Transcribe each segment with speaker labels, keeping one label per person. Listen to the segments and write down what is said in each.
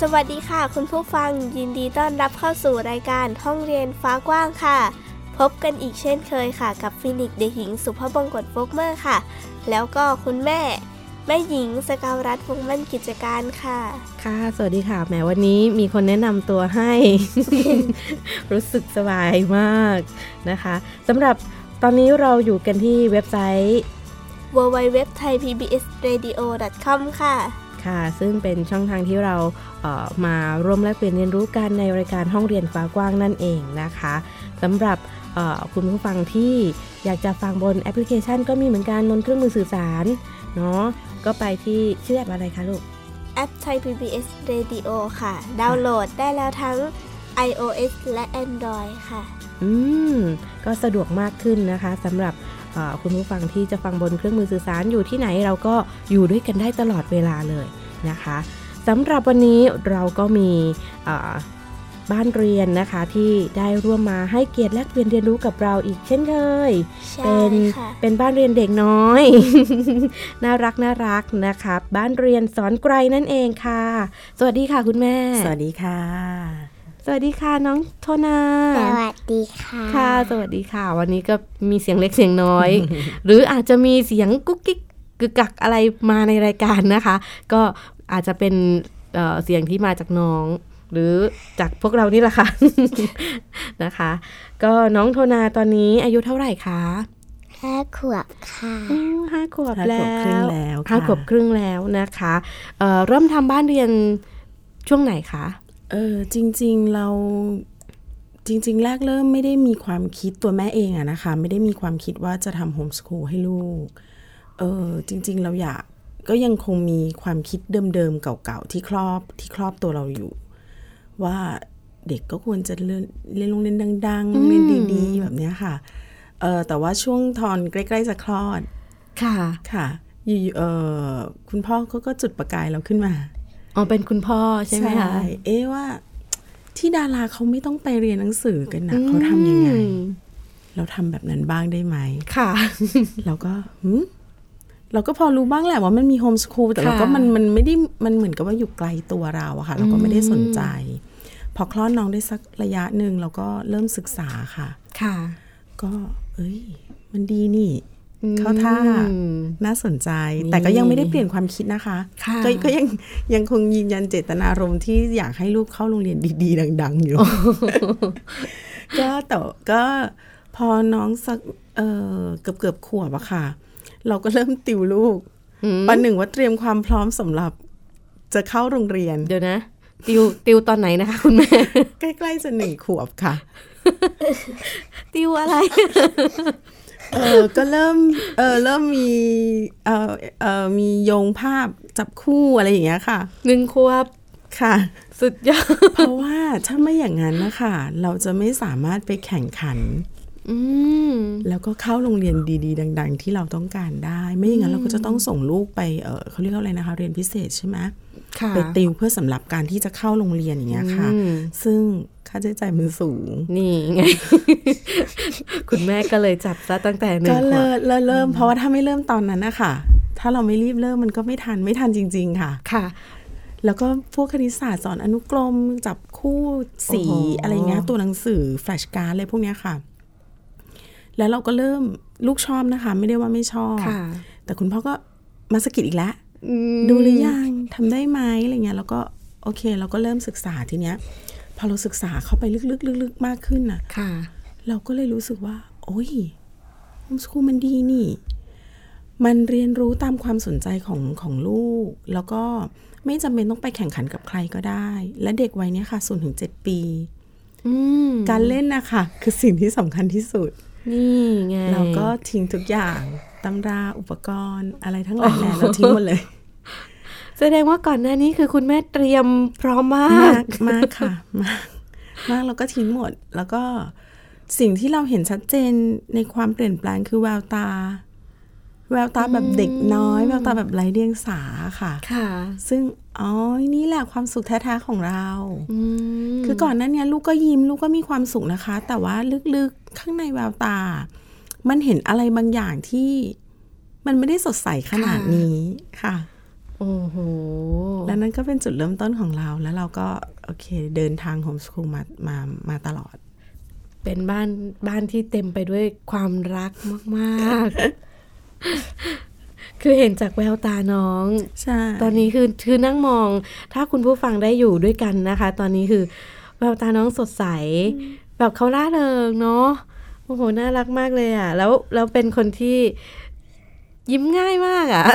Speaker 1: สวัสดีค่ะ คุณผู้ฟังยินดีต้อนรับเข้าสู่รายการห้องเรียนฟ้ากว้างค่ะ พบกันอีกเช่นเคยค่ะ กับฟินิกซ์เด็กหญิงสุภาพบงกตโฟกเมอร์ค่ะ แล้วก็คุณแม่ แม่หญิงสกาวรัฐวงศ์มั่นกิจการค่ะ
Speaker 2: ค่ะ สวัสดีค่ะ แหมวันนี้มีคนแนะนำตัวให้ รู้สึกสบายมากนะคะสำหรับตอนนี้เราอยู่กันที่เว็บไซต์
Speaker 1: w w w t h a i p b s r a d i o c o m ค่ะ
Speaker 2: ค่ะ ซึ่งเป็นช่องทางที่เราเอ่อมาร่วมแลกเปลี่ยนเรียนรู้กันในรายการห้องเรียนฟ้ากว้างนั่นเองนะคะสำหรับเอ่อคุณผู้ฟังที่อยากจะฟังบนแอปพลิเคชัน ก็มีเหมือนกันบนเครื่องมือสื่อสารเนาะก็ไปที่ชื่อแอปอะไรคะลูก
Speaker 1: แอปไทย PBS Radio ค่ะ ดาวน์โหลดได้แล้วทั้ง iOS และ Android ค่ะ
Speaker 2: อืม ก็สะดวกมากขึ้นนะคะสำหรับเอ่อคุณผู้ฟังที่จะฟังบนเครื่องมือสื่อสารอยู่ที่ไหนเราก็อยู่ด้วยกันได้ตลอดเวลาเลยนะคะสำหรับวันนี้เราก็มีเอ่อบ้านเรียนนะคะที่ได้ร่วมมาให้เกียรติแลกเปลี่ยนเรียนรู้กับเราอีกเช่นเคย
Speaker 1: ใช่
Speaker 2: เป็น
Speaker 1: ค่ะ
Speaker 2: เป็นบ้านเรียนเด็กน้อย น่ารักน่ารักนะคะบ้านเรียนสอนไกลนั่นเองค่ะ สวัสดีค่ะคุณแม่
Speaker 3: สวัสดีค่ะ
Speaker 2: สวัสดีค่ะน้องโทนา
Speaker 4: สวัสดีค่ะ
Speaker 2: ค่ะ สวัสดีค่ะ วันนี้ก็มีเสียงเล็กเสียงน้อย หรืออาจจะมีเสียงกุ๊กกิ๊กกึกกักอะไรมาในรายการนะคะ ก็อาจจะเป็นเอ่อเสียงที่มาจากน้อง หรือจากพวกเรานี่แหละ ค่ะ นะคะ ก็น้องโทนาตอนนี้อายุเท่าไหร่คะ
Speaker 4: ห้าขวบค่ะ
Speaker 2: อืมห้าขวบ
Speaker 3: ห้า
Speaker 2: แล้ว
Speaker 3: ขวบครึ่งแล้ว
Speaker 2: ห้า
Speaker 3: ค่ะ
Speaker 2: ขวบครึ่งแล้วนะคะเอ่อเริ่มทำบ้านเรียนช่วงไหนคะ
Speaker 3: เออจริงๆเราจริง ๆ แรกเริ่มไม่ได้มีความคิดตัวแม่เองอะนะคะ ไม่ได้มีความคิดว่าจะทำโฮมสคูลให้ลูกเออจริง ๆ เราอยากก็ยังคงมีความคิดเดิมๆ เก่าๆ ที่ครอบที่ครอบตัวเราอยู่ ว่าเด็กก็ควรจะเล่นเล่นโรงเรียนดัง ๆ เล่นดีๆ แบบเนี้ยค่ะเออแต่ว่าช่วงตอนใกล้ๆจะคลอด
Speaker 2: ค่ะ
Speaker 3: ค่ะอยู่ๆเออคุณพ่อเขาก็จุดประกายเราขึ้นมา
Speaker 2: อ๋อเป็นคุณพ่อใช่ไหมคะ
Speaker 3: เอ๊ะว่า ที่ดาราเขาไม่ต้องไปเรียนหนังสือกันนะเขาทำยังไง
Speaker 2: อืม
Speaker 3: เราทำแบบนั้นบ้างได้ไหม
Speaker 2: ค่ะ
Speaker 3: เราก็หืมเราก็พอรู้บ้างแหละว่ามันมีโฮมสคูลแต่เราก็
Speaker 2: ค่ะ
Speaker 3: มันมันไม่ได้มันเหมือนกับว่าอยู่ไกลตัวเราอะค่ะ เราก็ไม่ได้สนใจ พอคลอดน้องได้สักระยะหนึ่งเราก็เริ่มศึกษาค่ะ
Speaker 2: ค่ะ
Speaker 3: ก็ เอ้ย มันดีนี่ เข้าท่า
Speaker 2: อืม
Speaker 3: น่าสนใจ แต่ก็ยังไม่ได้เปลี่ยนความคิดนะคะ
Speaker 2: ค่ะ
Speaker 3: ก็ก็ยังยังคงยืนยันเจตนารมณ์ที่อยากให้ลูกเข้าโรงเรียนดี ๆ ดัง ๆ อยู่ ก็แต่ก็พอน้องสักเออเกือบเกือบๆขวบอะค่ะ เราก็เริ่มติวลูกปันหนึ่งว่าเตรียมความพร้อมสำหรับจะเข้าโรงเรียน
Speaker 2: เดี๋ยวนะ ติวติวตอนไหนนะคะ คุณแม่
Speaker 3: ใกล้ๆจะหนึ่งขวบค่ะ
Speaker 2: ติวอะไร
Speaker 3: เออก็เริ่ม เออเริ่มมีเออเออมีโยงภาพจับคู่อะไรอย่างเงี้ยค่ะ
Speaker 2: หนึ่งควบ
Speaker 3: ค่ะ
Speaker 2: สุดยอด
Speaker 3: เพราะว่าถ้าไม่อย่างนั้นนะคะเราจะไม่สามารถไปแข่งขัน
Speaker 2: อืม
Speaker 3: แล้วก็เข้าโรงเรียนดีๆ ดัง ๆ ที่เราต้องการได้ ไม่อย่างนั้นเราก็จะต้องส่งลูกไปเออเขาเรียกว่าอะไรนะคะ เรียนพิเศษใช่ไหม
Speaker 2: ค่ะ
Speaker 3: ไปติวเพื่อสำหรับการที่จะเข้าโรงเรียนอย่างเงี้ยค่ะ
Speaker 2: อืม
Speaker 3: ซึ่งค่าใช้จ่ายมันสูง
Speaker 2: นี่ไง คุณแม่ก็เลยจับซะตั้งแต่หนึ่
Speaker 3: ก็
Speaker 2: งขว
Speaker 3: เลิ
Speaker 2: บ
Speaker 3: กเลิกเริ่มเพราะว่าถ้าไม่เริ่มตอนนั้นนะคะถ้าเราไม่รีบเริ่มมันก็ไม่ทันไม่ทันจริง ๆ ค่ะ
Speaker 2: ค่ะ
Speaker 3: แล้วก็พวกคณิตศาสตร์สอนอนุกรมจับคู่สี
Speaker 2: โอ้โห
Speaker 3: อะไรเงี้ยตัวหนังสือแฟลชการ์ดอะไรพวกเนี้ยค่ะ แล้วเราก็เริ่มลูกชอบนะคะ ไม่ได้ว่าไม่ชอบ
Speaker 2: ค่ะ
Speaker 3: แต่คุณพ่อก็มาสะกิดอีกแล้ว
Speaker 2: อืม
Speaker 3: ดูหรือยังทำได้ไหมอะไรเงี้ยแล้วก็โอเค เราก็เริ่มศึกษาทีเนี้ย พอเราศึกษาเข้าไปลึกๆลึกๆมากขึ้นน่ะ
Speaker 2: ค่ะ
Speaker 3: เราก็เลยรู้สึกว่า โอ้ยโฮมสคูลมันดีนี่ มันเรียนรู้ตามความสนใจของของลูก แล้วก็ไม่จำเป็นต้องไปแข่งขันกับใครก็ได้ และเด็กวัยเนี้ยค่ะศูนย์ถึงเจ็ดปี
Speaker 2: อืม
Speaker 3: การเล่นนะคะคือสิ่งที่สำคัญที่สุด
Speaker 2: นี่ไง
Speaker 3: เราก็ทิ้งทุกอย่างตำราอุปกรณ์อะไรทั้งหลายแหล่เราทิ้งหมดเลย
Speaker 2: แสดงว่าก่อนหน้านี้คือคุณแม่เตรียมพร้อมมาม
Speaker 3: าก กมากค่ะ มากมากเราก็ทิ้งหมด แล้วก็สิ่งที่เราเห็นชัดเจนในความเปลี่ยนแปลงคือแววตา แววตาแบบเด็กน้อย แววตาแบบไร้เดียงสาค่ะ
Speaker 2: ค่ะ
Speaker 3: ซึ่งอ๋อนี่แหละความสุขแท้ๆของเรา
Speaker 2: อืม
Speaker 3: คือก่อนหนั้นเนี่ยลูกก็ยิ้มลูกก็มีความสุขนะคะ แต่ว่าลึกๆข้างในแววตา มันเห็นอะไรบางอย่างที่มันไม่ได้สดใสขนาดนี้ค่ะ
Speaker 2: โอ้โห
Speaker 3: และนั่นก็เป็นจุดเริ่มต้นของเรา แล้วเราก็โอเคเดินทางโฮมสคูลมามามาตลอด
Speaker 2: เป็นบ้านบ้านที่เต็มไปด้วยความรักมาก ๆ คือเห็นจากแววตาน้อง
Speaker 3: ใช่
Speaker 2: ตอนนี้คือคือนั่งมอง ถ้าคุณผู้ฟังได้อยู่ด้วยกันนะคะ ตอนนี้คือแววตาน้องสดใส แบบเขาล่าเริงเนาะโอ้โหน่ารักมากเลยอ่ะ แล้วแล้วเป็นคนที่ยิ้มง่ายมากอ่ะ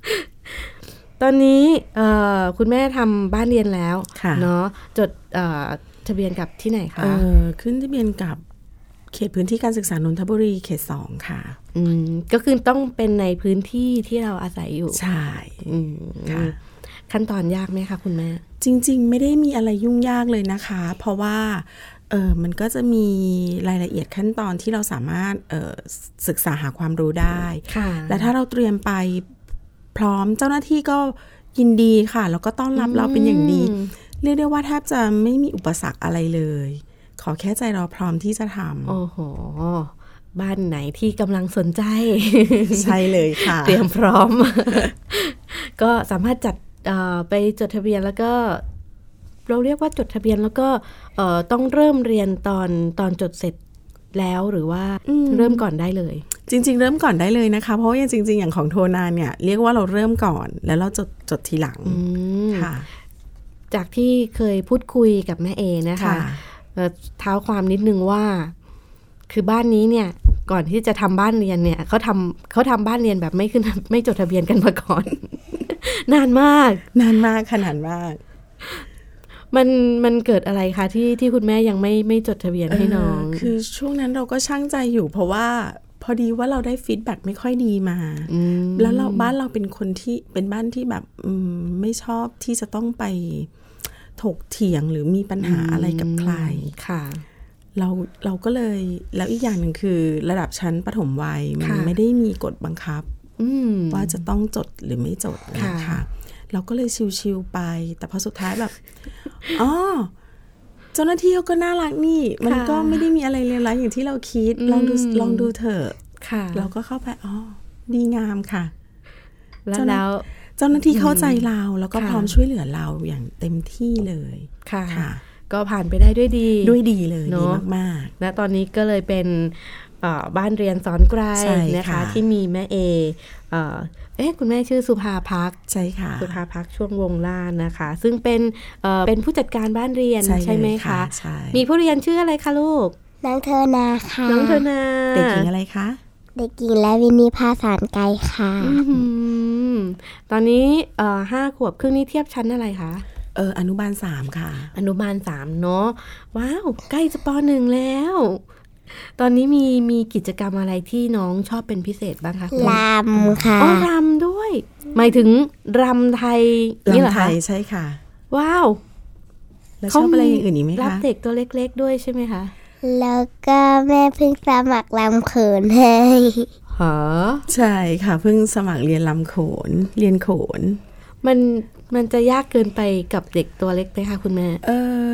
Speaker 2: ตอนนี้เอ่อคุณแม่ทำบ้านเรียนแล้ว
Speaker 3: ค่ะ
Speaker 2: เนาะจดเอ่อทะเบียนกับที่ไหนคะ
Speaker 3: เออขึ้นทะเบียนกับเขตพื้นที่การศึกษานนทบุรีเขตสองค่ะ
Speaker 2: มก็คือต้องเป็นในพื้นที่ที่เราอาศัยอยู่
Speaker 3: ใช่
Speaker 2: อืม
Speaker 3: ค่ะ
Speaker 2: ขั้นตอนยากไหมคะคุณแม่
Speaker 3: จริงๆ ไม่ได้มีอะไรยุ่งยากเลยนะคะ เพราะว่าเออมันก็จะมีรายละเอียดขั้นตอนที่เราสามารถเออศึกษาหาความรู้ได้
Speaker 2: ค่ะ
Speaker 3: และถ้าเราเตรียมไปพร้อมเจ้าหน้าที่ก็ยินดีค่ะ แล้วก็ต้อนรับเราเป็นอย่างดี
Speaker 2: อืม
Speaker 3: เรียกได้ว่าแทบจะไม่มีอุปสรรคอะไรเลย ขอแค่ใจเราพร้อมที่จะท
Speaker 2: โอ้โห บ้านไหนที่กำลังสนใจ
Speaker 3: ำใช่เลยค่ะ
Speaker 2: เตรียมพร้อม ก็สามารถจัดเอ่อไปจดทะเบียนแล้วก็ เราเรียกว่าจดทะเบียนแล้วก็เอ่อต้องเริ่มเรียนตอนตอนจดเสร็จแล้วหรือว่าเริ่มก่อนได้เลย
Speaker 3: จริง ๆ เริ่มก่อนได้เลยนะคะ เพราะว่าอย่างจริง ๆ อย่างของโทนานเนี่ย เรียกว่าเราเริ่มก่อนแล้วเราจดจดทีหลัง
Speaker 2: อืม
Speaker 3: ค่ะ
Speaker 2: จากที่เคยพูดคุยกับแม่เอนะคะ เอ่อเท้าความนิดนึงว่า คือบ้านนี้เนี่ย ก่อนที่จะทำบ้านเรียนเนี่ยเขาทำเขาทำบ้านเรียนแบบไม่ขึ้น ไม่จดทะเบียนกันมาก่อน นานมาก
Speaker 3: นานมากขนาดมาก
Speaker 2: มันมันเกิดอะไรคะที่ที่คุณแม่ยังไม่ไม่จดทะเบียนให้น้อง
Speaker 3: เคือช่วงนั้นเราก็ช่างใจอยู่ เพราะว่าพอดีว่าเราได้ฟีดแบ็กไม่ค่อยดีมา
Speaker 2: ม
Speaker 3: แล้วเราบ้านเราเป็นคนที่เป็นบ้านที่แบบอืมไม่ชอบที่จะต้องไปถกเถียงหรือมีปัญหาอะไรกับใคร
Speaker 2: ค่ะ
Speaker 3: เราเราก็เลยแล้วอีกอย่างหนึ่งคือระดับชั้นประถมวัยมัน
Speaker 2: ค่ะ
Speaker 3: ไม่ได้มีกฎบังคับ
Speaker 2: อืม
Speaker 3: ว่าจะต้องจดหรือไม่จด
Speaker 2: ค่ะ
Speaker 3: นะคะเราก็เลยชิวๆไป แต่พอสุดท้ายแบบ อ๋อเจ้าหน้าที่เขาก็น่ารักนี่ มันก็ไม่ได้มีอะไรเลวร้ายอย่างที่เราคิด ลองดูลองดูเถอะ
Speaker 2: ค่ะ
Speaker 3: เราก็เข้าไปอ๋อดีงามค่ะ
Speaker 2: แล้วแล้ว
Speaker 3: เจ้าหน้าที่เข้าใจเราแล้วก็
Speaker 2: ค่ะ
Speaker 3: พร้อมช่วยเหลือเราอย่างเต็มที่เลย
Speaker 2: ค่ะ
Speaker 3: ค่ะ
Speaker 2: ก็ผ่านไปได้ด้วยดี
Speaker 3: ด้วยดีเลย
Speaker 2: เนอะ
Speaker 3: ดีมาก
Speaker 2: และตอนนี้ก็เลยเป็นเอ่อบ้านเรียนสอนไกล
Speaker 3: ใช่
Speaker 2: นะคะ
Speaker 3: ค่ะ
Speaker 2: ที่มีแม่เอเอ่อเอ๊ะคุณแม่ชื่อสุภาพัก
Speaker 3: ๆ ใช่ค่ะ
Speaker 2: สุภาพักช่วงวงล่านนะคะ ซึ่งเป็นเอ่อเป็นผู้จัดการบ้านเรียน
Speaker 3: ใช่เลย
Speaker 2: ไหม
Speaker 3: ค่ะ
Speaker 2: คะ
Speaker 3: ใช่
Speaker 2: มีผู้เรียนชื่ออะไรคะลูก
Speaker 4: น้องเธอนาค่ะ
Speaker 2: น้องเธอนา
Speaker 3: เด็กหญิงอะไรคะ
Speaker 4: เด็กหญิงและวินนีพาสารไกลค่ะ
Speaker 2: อื้อหือตอนนี้เอ่อห้าขวบครึ่งนี้เทียบชั้นอะไรคะ
Speaker 3: เอออนุบาลสามค่ะ
Speaker 2: อนุบาลสามเนาะว้าว ใกล้จะปหนึ่งแล้ว ตอนนี้มีมีกิจกรรมอะไรที่น้องชอบเป็นพิเศษบ้างคะคุณ
Speaker 4: ลำค่ะ
Speaker 2: อ๋อรำด้วย หมายถึงรำไทยนี่เหรอ
Speaker 3: ลำไท
Speaker 2: คะ
Speaker 3: ยใช่ค่ะ
Speaker 2: ว้าว
Speaker 3: แล้วชอบอะไรอย่างอื่นอีกไหม
Speaker 2: รับ
Speaker 3: คะ
Speaker 2: เด็กตัวเล็กๆด้วยใช่ไหมคะ
Speaker 4: แล้วก็แม่เพิ่งสมัครลำเขินให้
Speaker 2: หอ
Speaker 3: ใช่ค่ะ เพิ่งสมัครเรียนลำโขน เรียนโขน
Speaker 2: มันมันจะยากเกินไปกับเด็กตัวเล็กไหมคะคุณแม่
Speaker 3: เออ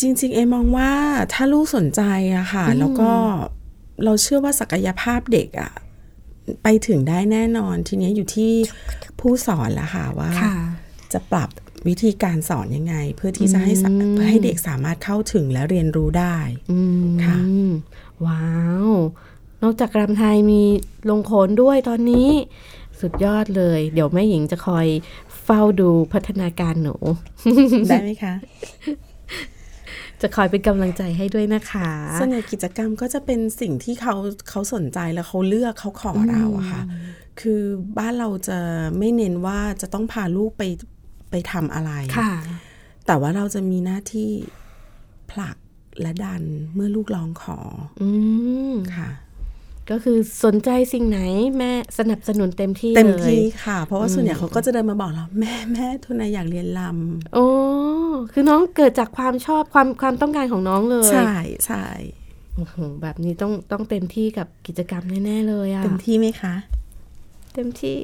Speaker 3: จริง ๆ เอมองว่าถ้าลูกสนใจอะค่ะ แล้วก็เราเชื่อว่าศักยภาพเด็กอะไปถึงได้แน่นอน ทีเนี้ยอยู่ที่ผู้สอนละค่ะว่า จะปรับวิธีการสอนยังไง เพื่อที่จะให้สะเพื่อให้เด็กสามารถเข้าถึงและเรียนรู้ได้
Speaker 2: อืม
Speaker 3: ค่ะ
Speaker 2: ว้าว นอกจากรำไทยมีลงโขนด้วยตอนนี้ สุดยอดเลย เดี๋ยวแม่หญิงจะคอยเฝ้าดูพัฒนาการหนู
Speaker 3: ได้ไหมคะ
Speaker 2: จะคอยเป็นกำลังใจให้ด้วยนะคะ
Speaker 3: ส่วนใหญ่กิจกรรมก็จะเป็นสิ่งที่เขาเขาสนใจแล้วเขาเลือกเขาขอเราอะค่ะ คือบ้านเราจะไม่เน้นว่าจะต้องพาลูกไปไปทำอะไร
Speaker 2: ค่ะ
Speaker 3: แต่ว่าเราจะมีหน้าที่ผลักและดันเมื่อลูกร้องขอ
Speaker 2: อืม
Speaker 3: ค่ะ
Speaker 2: ก็คือสนใจสิ่งไหนแม่สนับสนุนเต็มที่
Speaker 3: เต็
Speaker 2: ล
Speaker 3: ม
Speaker 2: ย
Speaker 3: ที่ค่ะ เพราะว่าส่วนใหญ่เขาก็จะเดินมาบอกเราแม่แม่ทุนายอยากเรียนลำ
Speaker 2: โอ้คือน้องเกิดจากความชอบความความต้องการของน้องเลย
Speaker 3: ใช่ใช่
Speaker 2: โอ้โหแบบนี้ต้องต้องเต็มที่กับกิจกรรมแน่ๆเลยอะ
Speaker 3: เต็มที่ไหมคะ
Speaker 2: เต็มที่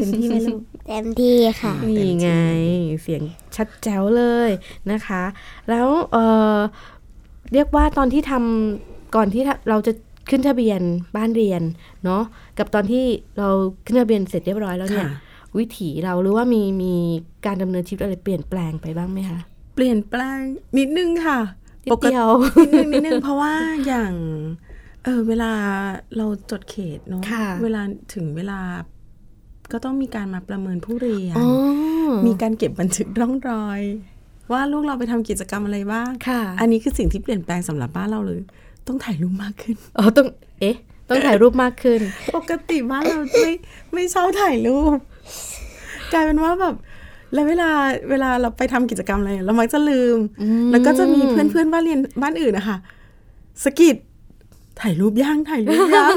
Speaker 3: เต็มที่ไหมลูก
Speaker 4: เต็มที่ค่ะ
Speaker 3: เต็มที่
Speaker 2: นี่ไง เสียงชัดแจ๋วเลยนะคะ แล้วเออเรียกว่าตอนที่ทำก่อนที่เราจะขึ้นทะเบียนบ้านเรียนเนาะกับตอนที่เราขึ้นทะเบียนเสร็จเรียบร้อยแล้วเนี่ย
Speaker 3: ค่ะ
Speaker 2: วิถีเราหรือว่ามีมีการดำเนินชีวิตอะไรเปลี่ยนแปลงไปบ้างไหมคะ
Speaker 3: เปลี่ยนแปลงนิดนึงค่ะ
Speaker 2: ปกติ
Speaker 3: นิดนึงนิดนึงเพราะว่าอย่างเออเวลาเราจดเขตเนาะ
Speaker 2: ค่ะ
Speaker 3: เวลาถึงเวลาก็ต้องมีการมาประเมินผู้เรียน
Speaker 2: อ๋อ
Speaker 3: มีการเก็บบันทึกร่องรอย ว่าลูกเราไปทำกิจกรรมอะไรบ้าง
Speaker 2: ค่ะ
Speaker 3: อันนี้คือสิ่งที่เปลี่ยนแปลงสำหรับบ้านเราเลย ต้องถ่ายรูปมากขึ้น
Speaker 2: อ๋อต้องเอ๊ะ ต้องถ่ายรูปมากขึ้น
Speaker 3: ปกติบ้านเราไม่ไม่ชอบถ่ายรูปกลายเป็นว่าแบบ แล้วเวลาเวลาเราไปทำกิจกรรมอะไรเรามักจะลืม แล้วก็จะมีเพื่อนเพื่อนๆบ้านเรียนบ้านอื่นนะคะสะกิดถ่ายรูปย่างถ่ายรูปย่าง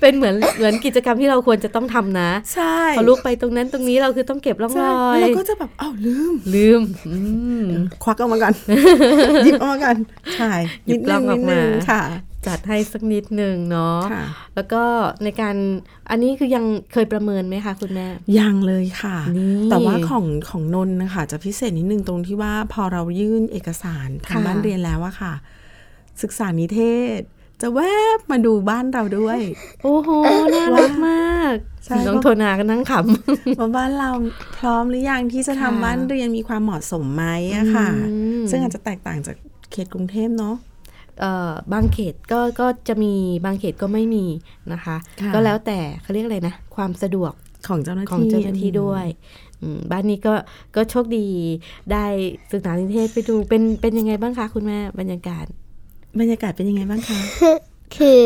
Speaker 2: เป็นเหมือนเหมือนกิจกรรมที่เราควรจะต้องทำนะ
Speaker 3: ใช่
Speaker 2: พอลูกไปตรงนั้นตรงนี้เราคือต้องเก็บร่อง
Speaker 3: ใช่
Speaker 2: รอย
Speaker 3: แล้วเราก็จะแบบอ้าวลืม
Speaker 2: ลืมอืม
Speaker 3: ควักออกมาก่อน หยิบออกมาก่อนถ่าย
Speaker 2: หยิบกล้องออกมานิ
Speaker 3: ดนึงค่ะ
Speaker 2: จัดให้สักนิดหนึ่งเนาะ
Speaker 3: ค่ะ
Speaker 2: แล้วก็ในการอันนี้คือยังเคยประเมินไหมคะคุณแม่
Speaker 3: ยังเลยค่ะ
Speaker 2: นี่
Speaker 3: แต่ว่าของของนนท์นะคะ จะพิเศษนิดนึงตรงที่ว่าพอเรายื่นเอกสารทาง
Speaker 2: ค่ะ
Speaker 3: บ้านเรียนแล้วอะค่ะ ศึกษานิเทศ จะแวบมาดูบ้านเราด้วย
Speaker 2: โอ้โหน่ารักมาก
Speaker 3: ใช่
Speaker 2: น้องโทนาก็นั่งขำ
Speaker 3: ว่าบ้านเราพร้อมหรือยังที่จะทำ
Speaker 2: ค่ะ
Speaker 3: บ้านเรียนมีความเหมาะสมไหมอะค่ะ
Speaker 2: อืม
Speaker 3: ซึ่งอาจจะแตกต่างจากเขตกรุงเทพเนาะ
Speaker 2: เอ่อบางเขตก็ก็จะมีบางเขตก็ไม่มีนะคะ
Speaker 3: ค่ะ
Speaker 2: ก็แล้วแต่เขาเรียกอะไรนะ ความสะดวก
Speaker 3: ของเจ้าหน้าที่
Speaker 2: ของเจ้าหน้าที่ด้วยอืมบ้านนี้ก็ก็โชคดีได้ศึกษานิเทศไปดูเป็นเป็นยังไงบ้างคะคุณแม่บรรยากาศ
Speaker 3: บรรยากาศเป็นยังไงบ้างคะ
Speaker 4: คือ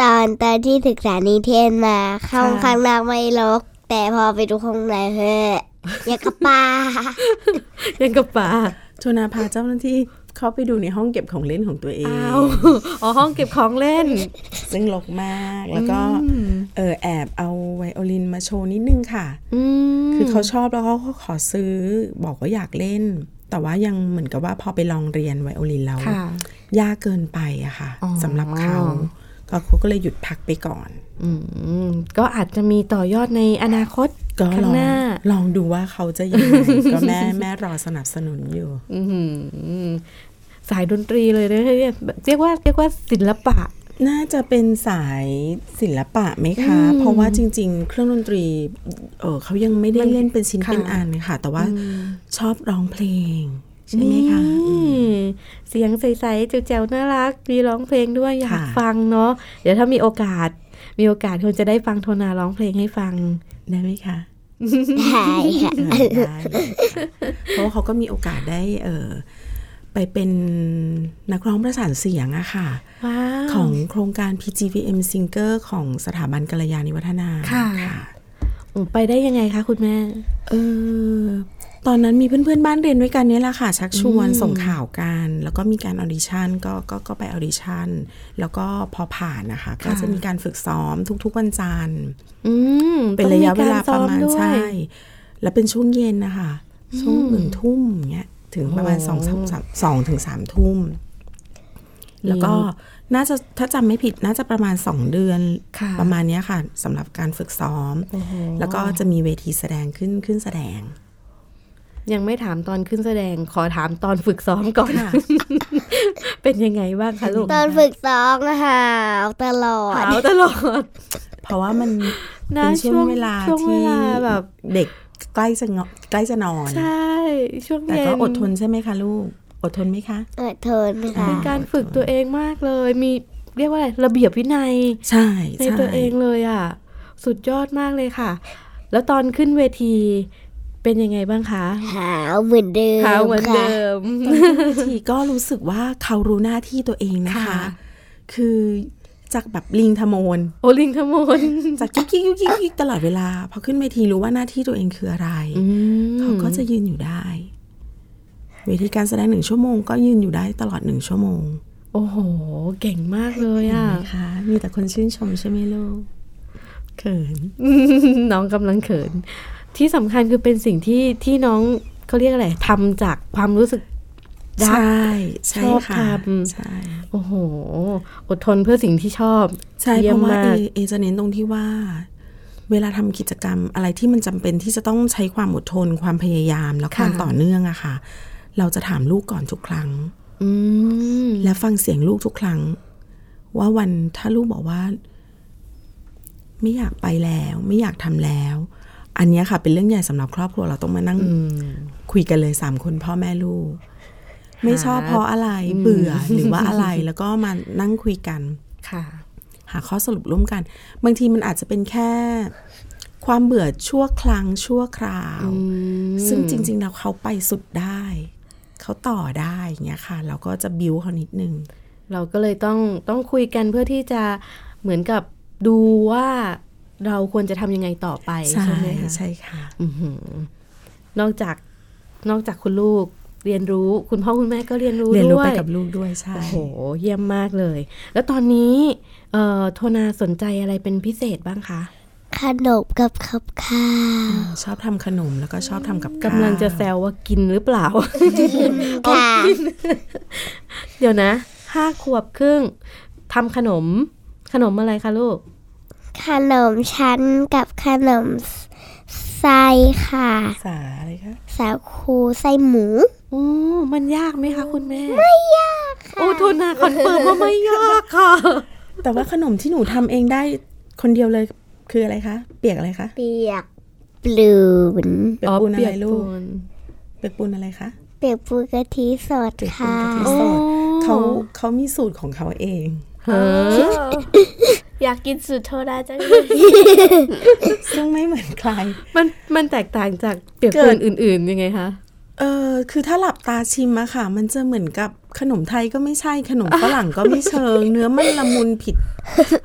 Speaker 4: ตอนตอนที่ศึกษานิเทศมาห้อง
Speaker 2: ค่ะ
Speaker 4: ข้างนอกไม่รก แต่พอไปดูห้องในเฮ้ยอยากกระปา
Speaker 2: ยังกับป่า
Speaker 3: ชนาพาเจ้าหน้าที่เข้าไปดูในห้องเก็บของเล่นของตัวเอง
Speaker 2: อ้าวอ๋อห้องเก็บของเล่น
Speaker 3: ซึ่งรกมากแล้วก็เออแอบเอาไวโอลินมาโชว์นิดนึงค่ะ
Speaker 2: อืม
Speaker 3: คือเขาชอบแล้วเขาก็ขอซื้อบอกว่าอยากเล่น แต่ว่ายังเหมือนกับว่าพอไปลองเรียนไวโอลินแล้ว
Speaker 2: ค่ะ
Speaker 3: ยากเกินไปอะค่ะ
Speaker 2: อ๋อ
Speaker 3: สำหรับเขาก็เขาก็เลยหยุดพักไปก่อน
Speaker 2: อืมก็อาจจะมีต่อยอดในอนาคต
Speaker 3: ก็
Speaker 2: ข้า
Speaker 3: ล
Speaker 2: ง
Speaker 3: อง
Speaker 2: หน้า
Speaker 3: ลองดูว่าเขาจะยังไงก็แม่แม่รอสนับสนุนอยู่
Speaker 2: อื้อหือสายดนตรีเลยนะเนี่ยเรียกว่าเรียกว่าศิลปะ
Speaker 3: น่าจะเป็นสายศิลปะไหมคะ เพราะว่าจริง ๆ เครื่องดนตรี เออเขายังไม่ได้เล่นเป็นชิ้นเป็นอันค่ะ แต่ว่าชอบร้องเพลง ใช่ไหมคะ
Speaker 2: นี่เสียงใสๆแจ๋วๆน่ารัก มีร้องเพลงด้วยอยาก
Speaker 3: ค่ะ
Speaker 2: ฟังเนาะเดี๋ยวถ้ามีโอกาส มีโอกาสคงจะได้ฟังโทนาร้องเพลงให้ฟัง
Speaker 3: ได้ไหมคะ
Speaker 4: ใช่ค่ะ
Speaker 3: เออได้เพราะว่าเขาก็มีโอกาสได้ เออไปเป็นนักร้องประสานเสียงอะค่ะ
Speaker 2: ว้าว
Speaker 3: ของโครงการ PGVM Singer ของสถาบันกัลยาณิวัฒนา
Speaker 2: ค่ะ อืมไปได้ยังไงคะคุณแม่
Speaker 3: เออตอนนั้นมีเพื่อนๆบ้านเรียนด้วยกันเนี่ยแหละค่ะ ชักชวนส่งข่าวกัน แล้วก็มีการออดิชั่นก็ก็ก็ไปออดิชั่น แล้วก็พอผ่านนะคะ ก็จะมีการฝึกซ้อมทุกๆวันจันทร์
Speaker 2: อืม
Speaker 3: เป็น
Speaker 2: ต้อง
Speaker 3: ระยะ
Speaker 2: ก
Speaker 3: เวลา
Speaker 2: ซ้
Speaker 3: ป
Speaker 2: อ
Speaker 3: ระมาณ
Speaker 2: ด้วย
Speaker 3: ใช่ แล้วเป็นช่วงเย็นนะคะช่วงหนึ่งทุ่มอย่างเงี้ยถึงประมาณสองสามสามสองถึงสามทุ่ม แล้วก็น่าจะถ้าจำไม่ผิดน่าจะประมาณสองเดือน
Speaker 2: ค่ะ
Speaker 3: ประมาณเนี้ยค่ะสำหรับการฝึกซ้อม แล้วก็จะมีเวทีแสดงขึ้นขึ้นแสดง
Speaker 2: ยังไม่ถามตอนขึ้นแสดงขอถามตอนฝึกซ้อมก่อน เป็นยังไงบ้างคะลูก
Speaker 4: ตอนฝึกซ้อมหาวตลอด
Speaker 2: หาวตลอด
Speaker 3: เพราะว่ามัน
Speaker 2: นะ
Speaker 3: เป็นช่วงเวลา
Speaker 2: ช่วงเว
Speaker 3: ที่
Speaker 2: ลาแบบ
Speaker 3: เด็กใกล้จะเงาะใกล้จะนอน
Speaker 2: ใช่ ช่วง
Speaker 3: แต่
Speaker 2: เย็น
Speaker 3: ก็อดทนใช่ไหมคะลูก อดทนไหมคะ
Speaker 4: เอิดทนค่ะ
Speaker 2: เป็นการฝึกตัวเองมากเลย มีเรียกว่าอะไรระเบียบวินัย
Speaker 3: ใช่
Speaker 2: ใน
Speaker 3: ช่
Speaker 2: ตัวเองเลยอ่ะ สุดยอดมากเลยค่ะ แล้วตอนขึ้นเวที เป็นยังไงบ้างคะ
Speaker 4: หาวเหมือนเดิม
Speaker 2: ขาวเหมือนเดิ
Speaker 4: ค่ะ
Speaker 2: ม
Speaker 3: ทีก็รู้สึกว่าเขารู้หน้าที่ตัวเองนะคะ
Speaker 2: ค่ะ
Speaker 3: คือจากแบบลิงทะโมน
Speaker 2: โอลิงทมน
Speaker 3: จากกิ๊กกิ๊กกิ๊กกิ๊กตลอดเวลาพอขึ้นเวทีรู้ว่าหน้าที่ตัวเองคืออะไร เขาก็จะยืนอยู่ได้ เวทีการแสดงหนึ่งชั่วโมงก็ยืนอยู่ได้ตลอดหนึ่งชั่วโมง
Speaker 2: โอ้โห เก่งมากเลยอ่ะ
Speaker 3: นะคะ มีแต่คนชื่นชมใช่ไหมลูกเขิน
Speaker 2: น้องกำลังเขิน ที่สำคัญคือเป็นสิ่งที่ที่น้องเขาเรียกอะไรทำจากความรู้สึก รัก
Speaker 3: ใช่ ใช่
Speaker 2: ชอบ
Speaker 3: ค่ะ
Speaker 2: ทำ
Speaker 3: ใช่
Speaker 2: โอ้โห อดทนเพื่อสิ่งที่ชอบ
Speaker 3: ใช่เพ
Speaker 2: ยี่ยม
Speaker 3: ราะว่ามเอก เอจะเน้นตรงที่ว่า เวลาทำกิจกรรมอะไรที่มันจำเป็นที่จะต้องใช้ความอดทน ความพยายามและความ
Speaker 2: ค่ะ
Speaker 3: ต่อเนื่องอะค่ะ เราจะถามลูกก่อนทุกครั้ง
Speaker 2: อืม
Speaker 3: และฟังเสียงลูกทุกครั้ง ว่าวันถ้าลูกบอกว่า ไม่อยากไปแล้ว ไม่อยากทำแล้ว อันเนี้ยค่ะ เป็นเรื่องใหญ่สำหรับครอบครัวเราต้องมานั่งคุยกันเลยสามคนพ่อแม่ลูก ไม่ชอบเพราะอะไรเบื่อหรือว่าอะไร แล้วก็มานั่งคุยกัน
Speaker 2: ค่ะ
Speaker 3: หาข้อสรุปร่วมกัน บางทีมันอาจจะเป็นแค่ ความเบื่อชั่วครั้งชั่วคราว ซึ่งจริง ๆ แล้วเขาไปสุดได้ เขาต่อได้อย่างเงี้ยค่ะ เราก็จะบิวเขานิดนึง
Speaker 2: เราก็เลยต้องต้องคุยกันเพื่อที่จะเหมือนกับดูว่าเราควรจะทำยังไงต่อไป
Speaker 3: ใช่
Speaker 2: ใช่ไหมคะ
Speaker 3: ใช่ค่ะ
Speaker 2: อื้อหือนอกจากนอกจากคุณลูกเรียนรู้ คุณพ่อคุณแม่ก็เรียนรู้
Speaker 3: เรียนรู้
Speaker 2: ด้ว
Speaker 3: ไป
Speaker 2: ย
Speaker 3: กับลูกด้วยใช่
Speaker 2: โอ้โห เยี่ยมมากเลย แล้วตอนนี้เอ่อโทนาสนใจอะไรเป็นพิเศษบ้างคะ
Speaker 4: ขนมกับขับข้าว
Speaker 3: ชอบทำขนมแล้วก็ชอบทำกับ
Speaker 2: กำลังจะแซวว่ากินหรือเปล่า
Speaker 4: ค่ะ
Speaker 2: เดี๋ยวนะห้าขวบครึ่งทำขนม ขนมอะไรคะลูก
Speaker 4: ขนมชั้นกับขนมไส้ค่ะ
Speaker 3: สาอะไรคะ
Speaker 4: สาคูไส้หมู
Speaker 2: โอ้มันยากไหมคะคุณแม่ ไม่ยากค่ะ โอ้โทนาคอนเฟิร์มว่าไม่ยาก ค่ะ
Speaker 3: แต่ว่าขนมที่หนูทำเองได้คนเดียวเลยคืออะไรคะ เปียกอะไรคะ
Speaker 4: เปียกปลูน
Speaker 3: เปียกปูนอะ
Speaker 2: เปี
Speaker 3: ไร
Speaker 2: ก
Speaker 3: ลู
Speaker 2: ปู
Speaker 3: ก
Speaker 2: น
Speaker 3: เปียกปูนอะไรคะ
Speaker 4: เปียกปูกะทิสด
Speaker 3: เปียกปูน
Speaker 4: ค่ะ
Speaker 3: กะทิสดเขาเขามีสูตรของเขาเอง
Speaker 1: อยากกินสูตรโทราจังเลย
Speaker 3: ซึ่งไม่เหมือนใคร
Speaker 2: มันมันแตกต่างจากเปียก
Speaker 3: เกิ
Speaker 2: ปูน
Speaker 3: ด
Speaker 2: อื่น ๆ ยังไงคะ
Speaker 3: เออคือถ้าหลับตาชิมอะค่ะ มันจะเหมือนกับขนมไทยก็ไม่ใช่ขนมฝรั่งก็ไม่เชิง เนื้อมันละมุนผิด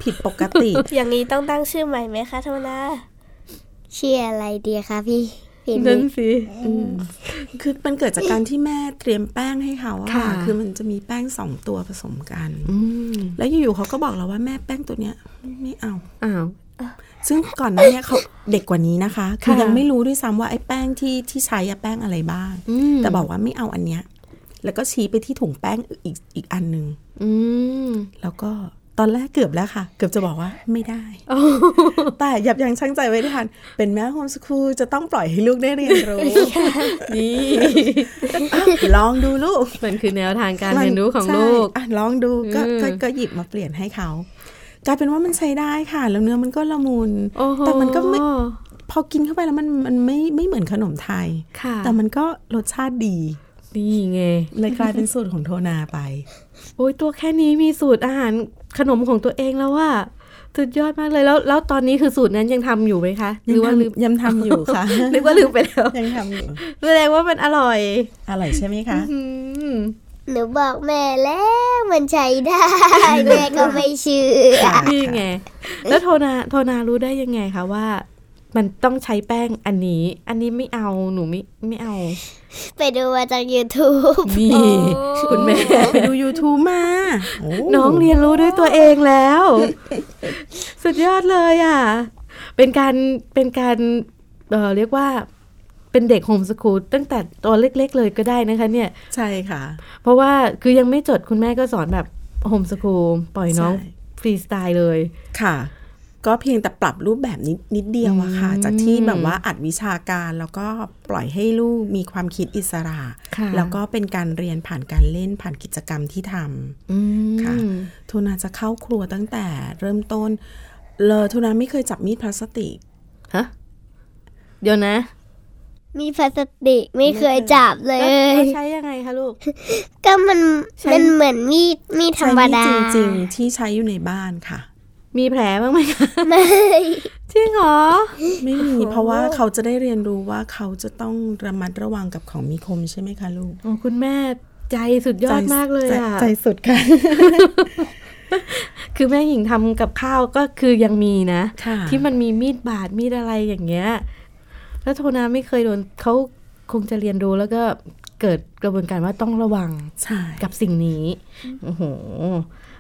Speaker 3: ผิดปกติ
Speaker 1: อย่างนี้ต้องตั้งชื่อใหม่ไหมคะโทนา
Speaker 4: ชื่ออะไรดีคะพี่พี่นิ
Speaker 2: นั่
Speaker 4: ด
Speaker 2: นสิ
Speaker 3: คือมันเกิดจากการที่แม่เตรียมแป้งให้เขาอะค่ะ
Speaker 2: ค่ะ
Speaker 3: คือมันจะมีแป้งสองตัวผสมกัน
Speaker 2: อืม
Speaker 3: แล้วอยู่ๆเขาก็บอกเราว่าแม่แป้งตัวเนี้ยไม่เอา
Speaker 2: อ้าว
Speaker 3: ซึ่งก่อนหน้าเนี้ยเขาเด็กกว่านี้นะคะ คือ
Speaker 2: ค่ะ
Speaker 3: ยังไม่รู้ด้วยซ้ำว่าไอ้แป้งที่ที่ใช้อะแป้งอะไรบ้าง
Speaker 2: อืม
Speaker 3: แต่บอกว่าไม่เอาอันเนี้ย แล้วก็ชี้ไปที่ถุงแป้งอีกอีกอันหนึ่ง
Speaker 2: อืม
Speaker 3: แล้วก็ตอนแรกเกือบแล้วค่ะ เกือบจะบอกว่าไม่ ได้ แต่ยับยั้งชั่งใจไว้ได้ทัน เป็นแม่โฮมสคูลจะต้องปล่อยให้ลูกได้เรียน รู้
Speaker 2: นี่
Speaker 3: ลองดูลูก
Speaker 2: มันคือแนวทางการเรียนรู้ของลูก
Speaker 3: ใช่อ่ะลองดูก็
Speaker 2: อืม
Speaker 3: ก็ก็หยิบมาเปลี่ยนให้เขา กลายเป็นว่ามันใช้ได้ค่ะ แล้วเนื้อมันก็ละมุน
Speaker 2: โอ้โห
Speaker 3: แต่มันก็ไม่ พอกินเข้าไปแล้วมันมันไม่ไม่เหมือนขนมไทย
Speaker 2: ค่ะ
Speaker 3: แต่มันก็รสชาติดี
Speaker 2: นี่ไง
Speaker 3: เลยกลายเป็นสูตรของโทนาไป
Speaker 2: โอ้ยตัวแค่นี้มีสูตรอาหารขนมของตัวเองแล้วว่าสุดยอดมากเลยแล้ว แล้วตอนนี้คือสูตรนั้นยังทำอยู่ไหมคะห
Speaker 3: ยั
Speaker 2: รื
Speaker 3: ง
Speaker 2: ว่าลืม
Speaker 3: ทำยังทำอยู่ค่ะ
Speaker 2: นึกว่าลืมไปแล้ว
Speaker 3: ยังทำอยู่
Speaker 2: แสดงว่ามันอร่อย
Speaker 3: อร่อยใช่ไหมคะ
Speaker 2: อืม
Speaker 4: หนูบอกแม่แล้วมันใช้ได้ แม่ก็ไม่เชื่อ
Speaker 3: ค่ะ
Speaker 2: นี่ไง แล้วโทนาโทนารู้ได้ยังไงคะว่า มันต้องใช้แป้งอันนี้ อันนี้ไม่เอาหนูไม่ไม่เอา
Speaker 4: ไปดูมาจาก YouTube
Speaker 2: นี่คุณแม่
Speaker 3: ไปดู YouTube มาโ
Speaker 2: น้องเรียนรู้ด้วยตัวเองแล้ว สุดยอดเลยอ่ะ เป็นการเป็นการเอ่อเรียกว่าเป็นเด็กโฮมสคูลตั้งแต่ตัวเล็กๆเลยก็ได้นะคะเนี่ย
Speaker 3: ใช่ค่ะ
Speaker 2: เพราะว่าคือยังไม่จดคุณแม่ก็สอนแบบโฮมสคูลปล่อยน้อง
Speaker 3: ใช่
Speaker 2: ฟรีสไตล์เลย
Speaker 3: ค่ะ ก็เพียงแต่ปรับรูปแบบนิดนิดเดียวอะค่ะ
Speaker 2: อืม
Speaker 3: จากที่แบบว่าอัดวิชาการแล้วก็ปล่อยให้ลูกมีความคิดอิสระ
Speaker 2: ค่ะ
Speaker 3: แล้วก็เป็นการเรียนผ่านการเล่นผ่านกิจกรรมที่ทำ
Speaker 2: อืม
Speaker 3: ค่ะ ทุนาจะเข้าครัวตั้งแต่เริ่มต้น เลยทุนาไม่เคยจับมีดพลาสติก
Speaker 2: ฮะเดี๋ยวนะ
Speaker 4: มีพลาสติกไม่เคยจับเล
Speaker 2: แล้ว
Speaker 4: ย
Speaker 2: แล้วใช้ยังไงคะลูก
Speaker 4: ก็มัน
Speaker 2: ใช้
Speaker 4: มันเหมือนมีดมีดธร
Speaker 3: ใช้
Speaker 4: รม
Speaker 3: มีด
Speaker 4: ดา
Speaker 3: จริงๆ ที่ใช้อยู่ในบ้านค่ะ
Speaker 2: มีแผลบ้างไหมคะ
Speaker 4: ไม่
Speaker 2: จริงเหรอ
Speaker 3: ไม่มี เพราะว่าเขาจะได้เรียนรู้ว่าเขาจะต้องระมัดระวังกับของมีคมใช่ไหมคะลูก
Speaker 2: โอ้คุณแม่ใจสุดยอด
Speaker 3: ใจ
Speaker 2: มากเลย
Speaker 3: ใจ
Speaker 2: อ่ะ
Speaker 3: ใจสุดค่ะ
Speaker 2: คือแม่หญิงทำกับข้าวก็คือยังมีนะ
Speaker 3: ค่ะ
Speaker 2: ที่มันมีมีดบาดมีดอะไรอย่างเงี้ย แล้วโทนาไม่เคยโดนเขาคงจะเรียนรู้แล้วก็เกิดกระบวนการว่าต้องระวัง
Speaker 3: ใช่
Speaker 2: กับสิ่งนี้โอ้โห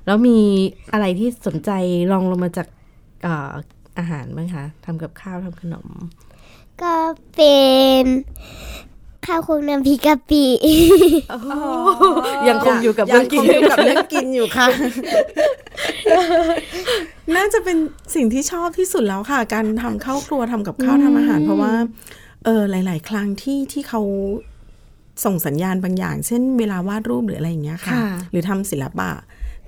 Speaker 2: แล้วมีอะไรที่สนใจลองลงมาจากเอ่ออาหารบ้างคะทำกับข้าวทำขนม
Speaker 4: ก็เป็น ข้าวคลุกน้ำพริกกะปิ
Speaker 2: ยังคงอยู่กับเรื่องกิน
Speaker 3: ยังคงอยู่กับเรื่องกินอยู่ค่ะ น่าจะเป็นสิ่งที่ชอบที่สุดแล้วค่ะ การทำข้าวครัวทำกับข้าวทำอาหาร เพราะว่าเออหลาย ๆ ครั้งที่ที่เขาส่งสัญญาณบางอย่าง เช่น เวลาวาดรูปหรืออะไรอย่างเงี้ยค่ะ
Speaker 2: ค่ะ
Speaker 3: หรือทำศิลปะ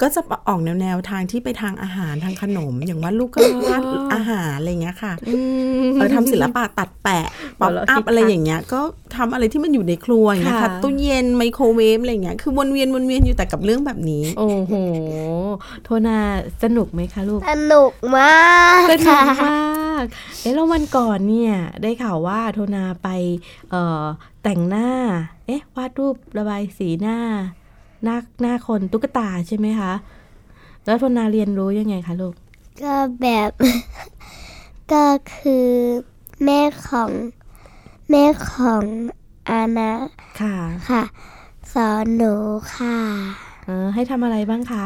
Speaker 3: ก็จะออกแนวแนวๆทางที่ไปทางอาหารทางขนม อย่างวาดลูกก็วาดอาหารอะไรอย่างเงี้ยค่ะ เออทำศิลปะตัดแปะป๊อป
Speaker 2: หัวเราะ
Speaker 3: อั
Speaker 2: คิ
Speaker 3: พ
Speaker 2: กคัก
Speaker 3: อะไรอย่างเงี้ย ก็ทำอะไรที่มันอยู่ในครัวอย่างเงี้ยค่ะ
Speaker 2: ค่ะ
Speaker 3: ตู้เย็นไมโครเวฟอะไรอย่างเงี้ยคือวนเวียนวนเวียนอยู่แต่กับเรื่องแบบนี้
Speaker 2: โอ้โหโทนาสนุกไหมคะลูก
Speaker 4: สนุกมาก
Speaker 2: สนุกม
Speaker 4: ค่ะ
Speaker 2: าก เอ๊ะแล้ววันก่อนเนี่ย ได้ข่าวว่าโทนาไปเอ่อแต่งหน้า เอ๊ะ วาดรูประบายสีหน้า หน้าหน้าคนตุ๊กตาใช่ไหมคะ แล้วโทนาเรียนรู้ยังไงคะลูก
Speaker 4: ก็แบบ ก็คือแม่ของ แม่ของอานะ
Speaker 2: ค่ะ
Speaker 4: ค่ะ สอนหนูค่ะ
Speaker 2: เออให้ทำอะไรบ้างคะ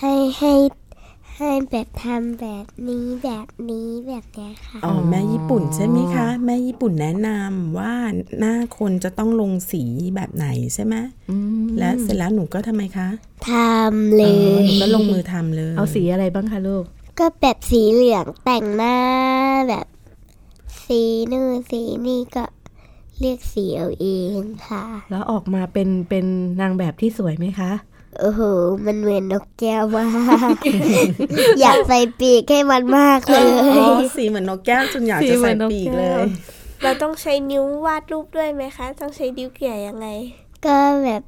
Speaker 4: ให้ให้ให้แบบทำแบบนี้แบบนี้แบบเนี้ยค่ะ
Speaker 3: อ๋อแม่ญี่ปุ่นใช่ไหมคะ แม่ญี่ปุ่นแนะนำว่าหน้าคนจะต้องลงสีแบบไหนใช่ไหม
Speaker 2: อืม
Speaker 3: และเสร็จแล้วหนูก็ทำไมคะ
Speaker 4: ทำเล
Speaker 3: อ๋อย หนูก็ลงมือทำเลย
Speaker 2: เอาสีอะไรบ้างคะลูก
Speaker 4: ก็แบบสีเหลืองแต่งหน้าแบบ สีนู่นสีนี่ก็เรียกสีเอาเองค่ะ
Speaker 2: แล้วออกมาเป็นเป็นนางแบบที่สวยไหมคะ
Speaker 4: โอ้โห มันเหมือนนกแก้วมาก อยากใส่ปีกให้มันมากเลย
Speaker 3: อ๋อสีเหมือนนกแก้วจนอยาก
Speaker 2: สี
Speaker 3: จะ
Speaker 2: เหมื
Speaker 3: ใส่
Speaker 2: อนนก
Speaker 3: ปีก
Speaker 2: แก้
Speaker 3: เล
Speaker 2: ว
Speaker 3: ย
Speaker 1: เราต้องใช้นิ้ววาดรูปด้วยไหมคะ ต้องใช้นิ้วเกี่ยยังไง
Speaker 4: ก็แบบ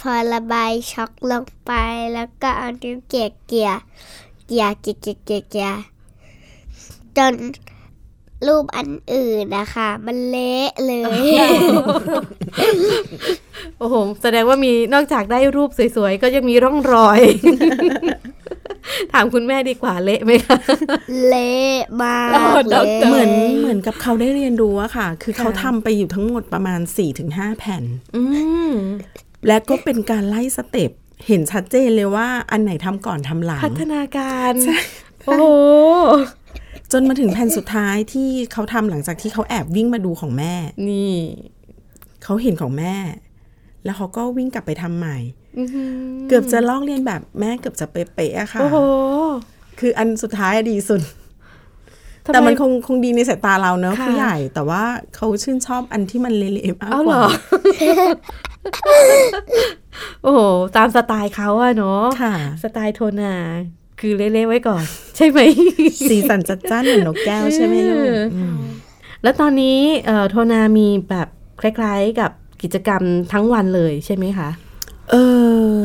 Speaker 4: พอระบายช็อกลงไปแล้วก็เอานิ้วเกี่ยเกี่ยเกี่ยเกี่ยเกี่ยเกี่ยเกี่ยจนรูปอันอื่นนะคะ มันเละเลย
Speaker 2: โอ้โห แสดงว่ามีนอกจากได้รูปสวยๆ ก็ยังมีร่องรอย ถามคุณแม่ดีกว่าเละไหมคะ
Speaker 4: เละมาก
Speaker 2: โอ้ด
Speaker 4: เล
Speaker 2: อกเตอร์
Speaker 3: เห
Speaker 4: ย
Speaker 3: มือนเหมือนกับเขาได้เรียนรู้อะค่ะ คือเขาทำไปอยู่ทั้งหมดประมาณ4ี่ถึงห้าแผ่น
Speaker 2: อืม
Speaker 3: และก็เป็นการไล่สเต็ปเห็นชัดเจนเลยว่าอันไหนทำก่อนทำหลัง
Speaker 2: พัฒนาการ โอ้โห
Speaker 3: จนมาถึงแผ่นสุดท้ายที่เขาทำหลังจากที่เขาแอบวิ่งมาดูของแม่
Speaker 2: นี่
Speaker 3: เขาเห็นของแม่ แล้วเขาก็วิ่งกลับไปทำใหม่ เกือบจะลอกเลียนแบบแม่เกือบจะเป๊ะๆอะค่ะ
Speaker 2: โอ้โห
Speaker 3: คืออันสุดท้ายอะดีสุด
Speaker 2: ทำไ
Speaker 3: แต่มันคงคงดีในสายตาเราเนอะ
Speaker 2: ค่ะ
Speaker 3: ผู้ใหญ่ แต่ว่าเขาชื่นชอบอันที่มันเละๆมาก
Speaker 2: เอา
Speaker 3: ก
Speaker 2: เหร
Speaker 3: ว่า
Speaker 2: อ โอ้โห ตามสไตล์เขาอะเนาะ
Speaker 3: ค่ะ
Speaker 2: สไตล์โทนา คือเละๆไว้ก่ อน ใช่ไหม
Speaker 3: สีสันจัดจ้านเหมือนนกแก้วใช่ไหมลูก
Speaker 2: เอออื
Speaker 3: ม
Speaker 2: แล้วตอนนี้เอ่อโทนามีแบบคล้ายๆกับกิจกรรมทั้งวันเลยใช่ไหมคะ
Speaker 3: เออ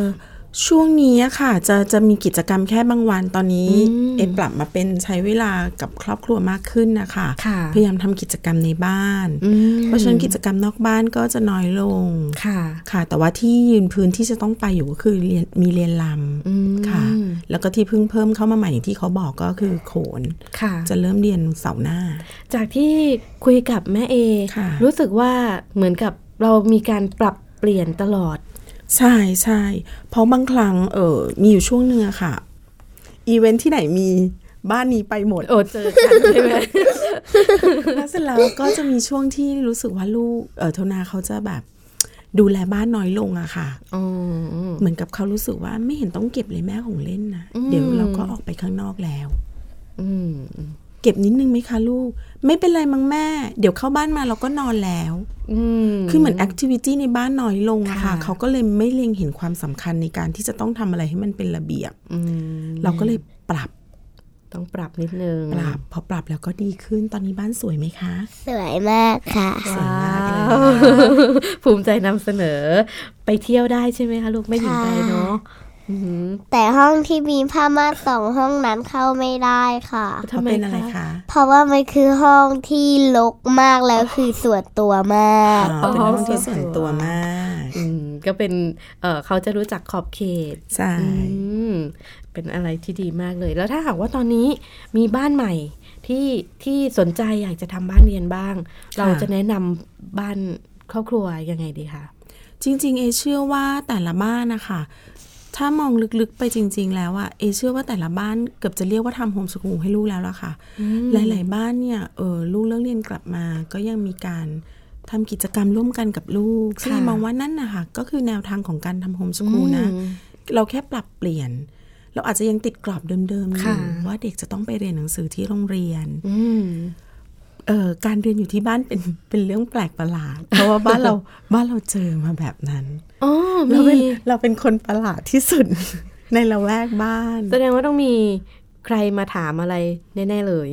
Speaker 3: ช่วงนี้อะค่ะ จะจะมีกิจกรรมแค่บางวันตอนนี้
Speaker 2: อืม
Speaker 3: เอ็มปรับมาเป็นใช้เวลากับครอบครัวมากขึ้นนะคะ
Speaker 2: ค่ะ
Speaker 3: พยายามทำกิจกรรมในบ้าน
Speaker 2: อืม
Speaker 3: เพราะฉะนั้นกิจกรรมนอกบ้านก็จะน้อยลง
Speaker 2: ค่ะ
Speaker 3: ค่ะ แต่ว่าที่ยืนพื้นที่จะต้องไปอยู่ก็คือเรียนมีเรียนล
Speaker 2: อืม
Speaker 3: ำค่ะ แล้วก็ที่เพิ่งเพิ่มเข้ามาใหม่อย่างที่เขาบอกก็คือโขน
Speaker 2: ค่ะ
Speaker 3: จะเริ่มเรียนเสาร์หน้า
Speaker 2: จากที่คุยกับแม่เอ
Speaker 3: ค่ะ
Speaker 2: รู้สึกว่าเหมือนกับเรามีการปรับเปลี่ยนตลอด
Speaker 3: ใช่ใช่เพราะบางครั้งเออมีอยู่ช่วงหนึ่งอะค่ะ อีเวนท์ที่ไหนมีบ้านนี้ไปหม ด
Speaker 2: โอ้เจอกันใช่ไหม
Speaker 3: แล้วเสร็จแล้วก็จะมีช่วงที่รู้สึกว่าลูกเออโทนาเขาจะแบบ ดูแลบ้านน้อยลงอะค่ะ
Speaker 2: อ๋อ
Speaker 3: เหมือนกับเขารู้สึกว่าไม่เห็นต้องเก็บเลยแม่ของเล่นนะ
Speaker 2: อืม
Speaker 3: เดี๋ยวเราก็ออกไปข้างนอกแล้ว
Speaker 2: อืม
Speaker 3: เก็บนิดนึงไหมคะลูก ไม่เป็นไรมั้งแม่ เดี๋ยวเข้าบ้านมาเราก็นอนแล้ว
Speaker 2: อืม
Speaker 3: คือเหมือนแอคทิวิตี้ในบ้านน้อยลงอะค่ะ
Speaker 2: ค่ะ
Speaker 3: เขาก็เลยไม่เล็งเห็นความสำคัญในการที่จะต้องทำอะไรให้มันเป็นระเบียบ
Speaker 2: อืม
Speaker 3: เราก็เลยปรับ
Speaker 2: ต้องปรับนิดนึง
Speaker 3: ปรับพอปรับแล้วก็ดีขึ้นตอนนี้บ้านสวยไหมคะ
Speaker 4: สวยมากค่ะ
Speaker 3: สวยมากเลย
Speaker 2: ว้าวภูมิใจนำเสนอ ไปเที่ยวได้ใช่ไหมคะลูกไม่หญิงไปเนาะ อือหือ
Speaker 4: แต่ห้องที่มีผ้าม่านสองห้องนั้นเข้าไม่ได้ค่ะ
Speaker 3: เพราะเป็นอะไรคะ
Speaker 4: เพราะว่ามันคือห้องที่รกมากแล้วคือส่วนตัวมาก
Speaker 3: อ๋อเป็นห้องที่ส่วนตัวมาก
Speaker 2: อืมก็เป็นเอ่อเขาจะรู้จักขอบเขต
Speaker 3: ใช่
Speaker 2: อืมเป็นอะไรที่ดีมากเลย แล้วถ้าหากว่าตอนนี้มีบ้านใหม่ที่ที่สนใจอยากจะทำบ้านเรียนบ้าง เราจะแนะนำบ้านครอบครัวยังไงดีคะ
Speaker 3: จริง ๆ เอเชื่อว่าแต่ละบ้านนะคะ ถ้ามองลึกๆไปจริง ๆ แล้วอะเอเชื่อว่าแต่ละบ้านเกือบจะเรียกว่าทำโฮมสกูลให้ลูกแล้วล่ะค่ะ หลาย ๆ บ้านเนี่ยเออลูกเลิกเรียนกลับมา ก็ยังมีการทำกิจกรรมร่วมกันกับลูกซึ่งมองว่านั่นนะคะก็คือแนวทางของการทำโฮมสกูลนะ
Speaker 2: อืม
Speaker 3: เราแค่ปรับเปลี่ยน เราอาจจะยังติดกรอบเดิมๆอยู่
Speaker 2: ค่ะ
Speaker 3: ว่าเด็กจะต้องไปเรียนหนังสือที่โรงเรียน
Speaker 2: อืม
Speaker 3: เอ่อการเรียนอยู่ที่บ้านเป็นเป็นเรื่องแปลกประหลาด เพราะว่าบ้านเราบ้านเราเจอมาแบบนั้น
Speaker 2: อ๋อ
Speaker 3: เรา
Speaker 2: มี
Speaker 3: เป็นเราเป็นคนประหลาดที่สุด ในละแวกบ้าน
Speaker 2: แสดงว่าต้องมีใครมาถามอะไรแน่ ๆ เลย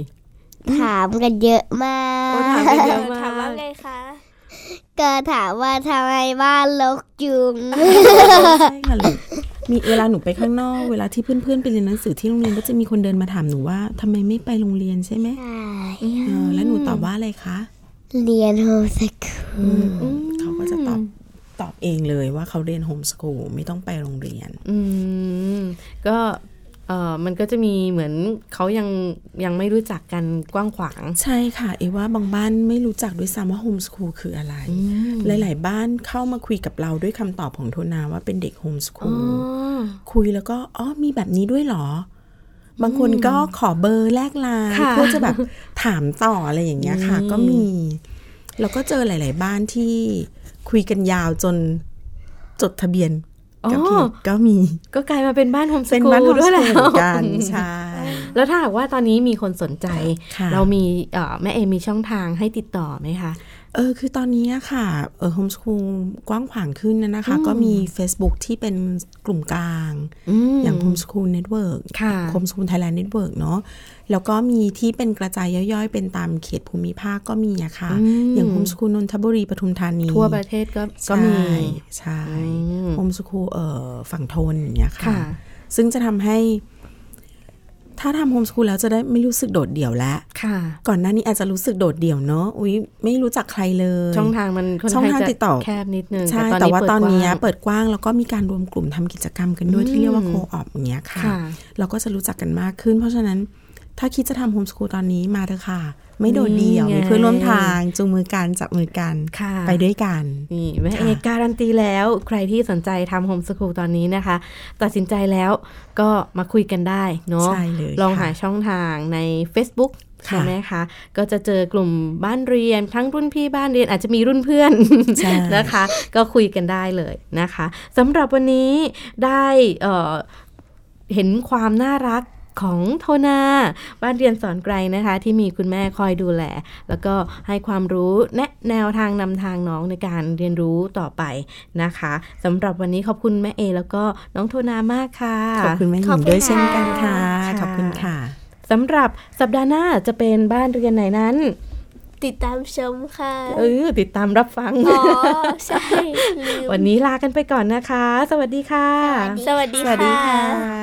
Speaker 4: ถามกันเยอะมา
Speaker 2: โอ้
Speaker 4: ก
Speaker 2: ถามกันเยอะมา
Speaker 1: ถามว่าก ไงคะ
Speaker 4: ก็ถามว่าทำไมบ้านลกจุ ง
Speaker 3: ใช่ค่ะลูกมีเวลาหนูไปข้างนอก เวลาที่เพื่อนๆไปเรียนหนังสือที่โรงเรียนก็จะมีคนเดินมาถามหนูว่าทำไมไม่ไปโรงเรียนใช่ไหมเออแล้วหนูตอบว่าอะไรคะ
Speaker 4: เรียนโฮมสกูล
Speaker 3: เขาก็จะตอบตอบเองเลยว่าเขาเรียนโฮมสกูลไม่ต้องไปโรงเรียน
Speaker 2: อืมก็เออมันก็จะมีเหมือนเขายังยังไม่รู้จักกันกว้างขวาง
Speaker 3: ใช่ค่ะเอว่าบางบ้านไม่รู้จักด้วยซ้ำว่าโฮมส o ูลคืออะไร หลาย ๆ บ้านเข้ามาคุยกับเราด้วยคำตอบของโทนาว่าเป็นเด็กโฮมส o ูลคุยแล้วก็อ๋อมีแบบนี้ด้วยเหรอ บางคนก็ขอเบอร์แลกไลน์
Speaker 2: ค่ะ
Speaker 3: เพื่อจะแบบถามต่ออะไรอย่างเงี้ยค่ะ ก็มี แล้วก็เจอหลาย ๆ บ้านที่คุยกันยาวจนจดทะเบียนกับเขตก็มี
Speaker 2: ก็กลายมาเป็นบ้านโฮมส
Speaker 3: เป็น
Speaker 2: กู
Speaker 3: บ้าน
Speaker 2: ล
Speaker 3: โฮม
Speaker 2: ด้วย
Speaker 3: ส
Speaker 2: แล้
Speaker 3: กูลเหมื
Speaker 2: ว
Speaker 3: อนกันใช่
Speaker 2: แล้วถ้าหากว่าตอนนี้มีคนสนใจ
Speaker 3: ค่ะ
Speaker 2: เรามีเอ่อแม่เอมีช่องทางให้ติดต่อไหมคะ
Speaker 3: เออคือตอนนี้อะค่ะเออโฮมสคูลกว้างขวางขึ้นนะนะคะ ก็มี Facebook ที่เป็นกลุ่มกลาง
Speaker 2: อืม
Speaker 3: อย่าง Homeschool Network
Speaker 2: ค่ะ
Speaker 3: Homeschool Thailand Network เนอะแล้วก็มีที่เป็นกระจายย่อยๆ เป็นตามเขตภูมิภาคก็มีอะค่ะ อย่าง Homeschool นนทบุรีปทุมธานี
Speaker 2: ทั่วประเทศก็ก็
Speaker 3: ใช่
Speaker 2: มี
Speaker 3: ใช่
Speaker 2: อืม
Speaker 3: โฮมสคูลเอ่อฝั่งทนอย่างเงี้ยค่ะ
Speaker 2: ค่ะ
Speaker 3: ซึ่งจะทำให้ ถ้าทำโฮมสคูลแล้วจะได้ไม่รู้สึกโดดเดี่ยวแล้ว
Speaker 2: ค่ะ
Speaker 3: ก่อนหน้านี้อาจจะรู้สึกโดดเดี่ยวเนอะอุ้ยไม่รู้จักใครเลย
Speaker 2: ช่องทางมันค่อน
Speaker 3: ช่อง
Speaker 2: ข้าง
Speaker 3: ทาง
Speaker 2: จะ
Speaker 3: ติดต่อ
Speaker 2: แคบนิดนึง
Speaker 3: ใช่
Speaker 2: แต่
Speaker 3: แต่
Speaker 2: ว่า
Speaker 3: ว่า
Speaker 2: ต
Speaker 3: ต
Speaker 2: อ
Speaker 3: อน น
Speaker 2: นี้
Speaker 3: นี้
Speaker 2: เปิดกว้าง
Speaker 3: เปิดกว้างแล้วก็มีการรวมกลุ่มทำกิจกรรมกันด้วยที่เรียกว่าโคออปอย่างเงี้ยค่ะ
Speaker 2: ค่ะ
Speaker 3: เราก็จะรู้จักกันมากขึ้น เพราะฉะนั้นถ้าคิดจะทำโฮมส o ูลตอนนี้มาเถอะค่ะ ไม่โดดเดี่ยวมีเพื่อนร่วมทางจูงมือกันจับมือกัน
Speaker 2: ค่ะ
Speaker 3: ไปด้วยกัน
Speaker 2: นี่แม่เอ
Speaker 3: ค่ะ
Speaker 2: กการันตีแล้วใครที่สนใจทำโฮมสกูลตอนนี้นะคะ ตัดสินใจแล้วก็มาคุยกันได้เนาะ
Speaker 3: ใช่เลย
Speaker 2: ลองหา
Speaker 3: ค่ะ
Speaker 2: ช่องทางใน Facebook
Speaker 3: ค่ะ
Speaker 2: ใช่ไหมคะ ก็จะเจอกลุ่มบ้านเรียน ทั้งรุ่นพี่บ้านเรียนอาจจะมีรุ่นเพื่อน
Speaker 3: ใช่
Speaker 2: นะคะ ก็คุยกันได้เลยนะคะสำหรับวันนี้ได้เอ่อเห็นความน่ารักของโทนา บ้านเรียนสอนไกลนะคะ ที่มีคุณแม่คอยดูแล แล้วก็ให้ความรู้แนะแนวทางนำทางน้องในการเรียนรู้ต่อไปนะคะสำหรับวันนี้ขอบคุณแม่เอ แล้วก็น้องโทนามากค่ะ
Speaker 3: ขอบคุณแม่หญิงด้วยเช่นกันค่ะ
Speaker 2: ค่ะ
Speaker 3: ขอบคุณค่ะ
Speaker 2: สำหรับสัปดาห์หน้าจะเป็นบ้านเรียนไหนนั้น
Speaker 1: ติดตามชมค่ะ
Speaker 2: เออ ติดตามรับฟัง
Speaker 1: อ๋อใช่ลืม
Speaker 2: วันนี้ลากันไปก่อนนะคะ สวัสดีค่ะ
Speaker 1: สวัสดี
Speaker 3: สวัสดี
Speaker 1: ค่ะ
Speaker 3: ค่ะ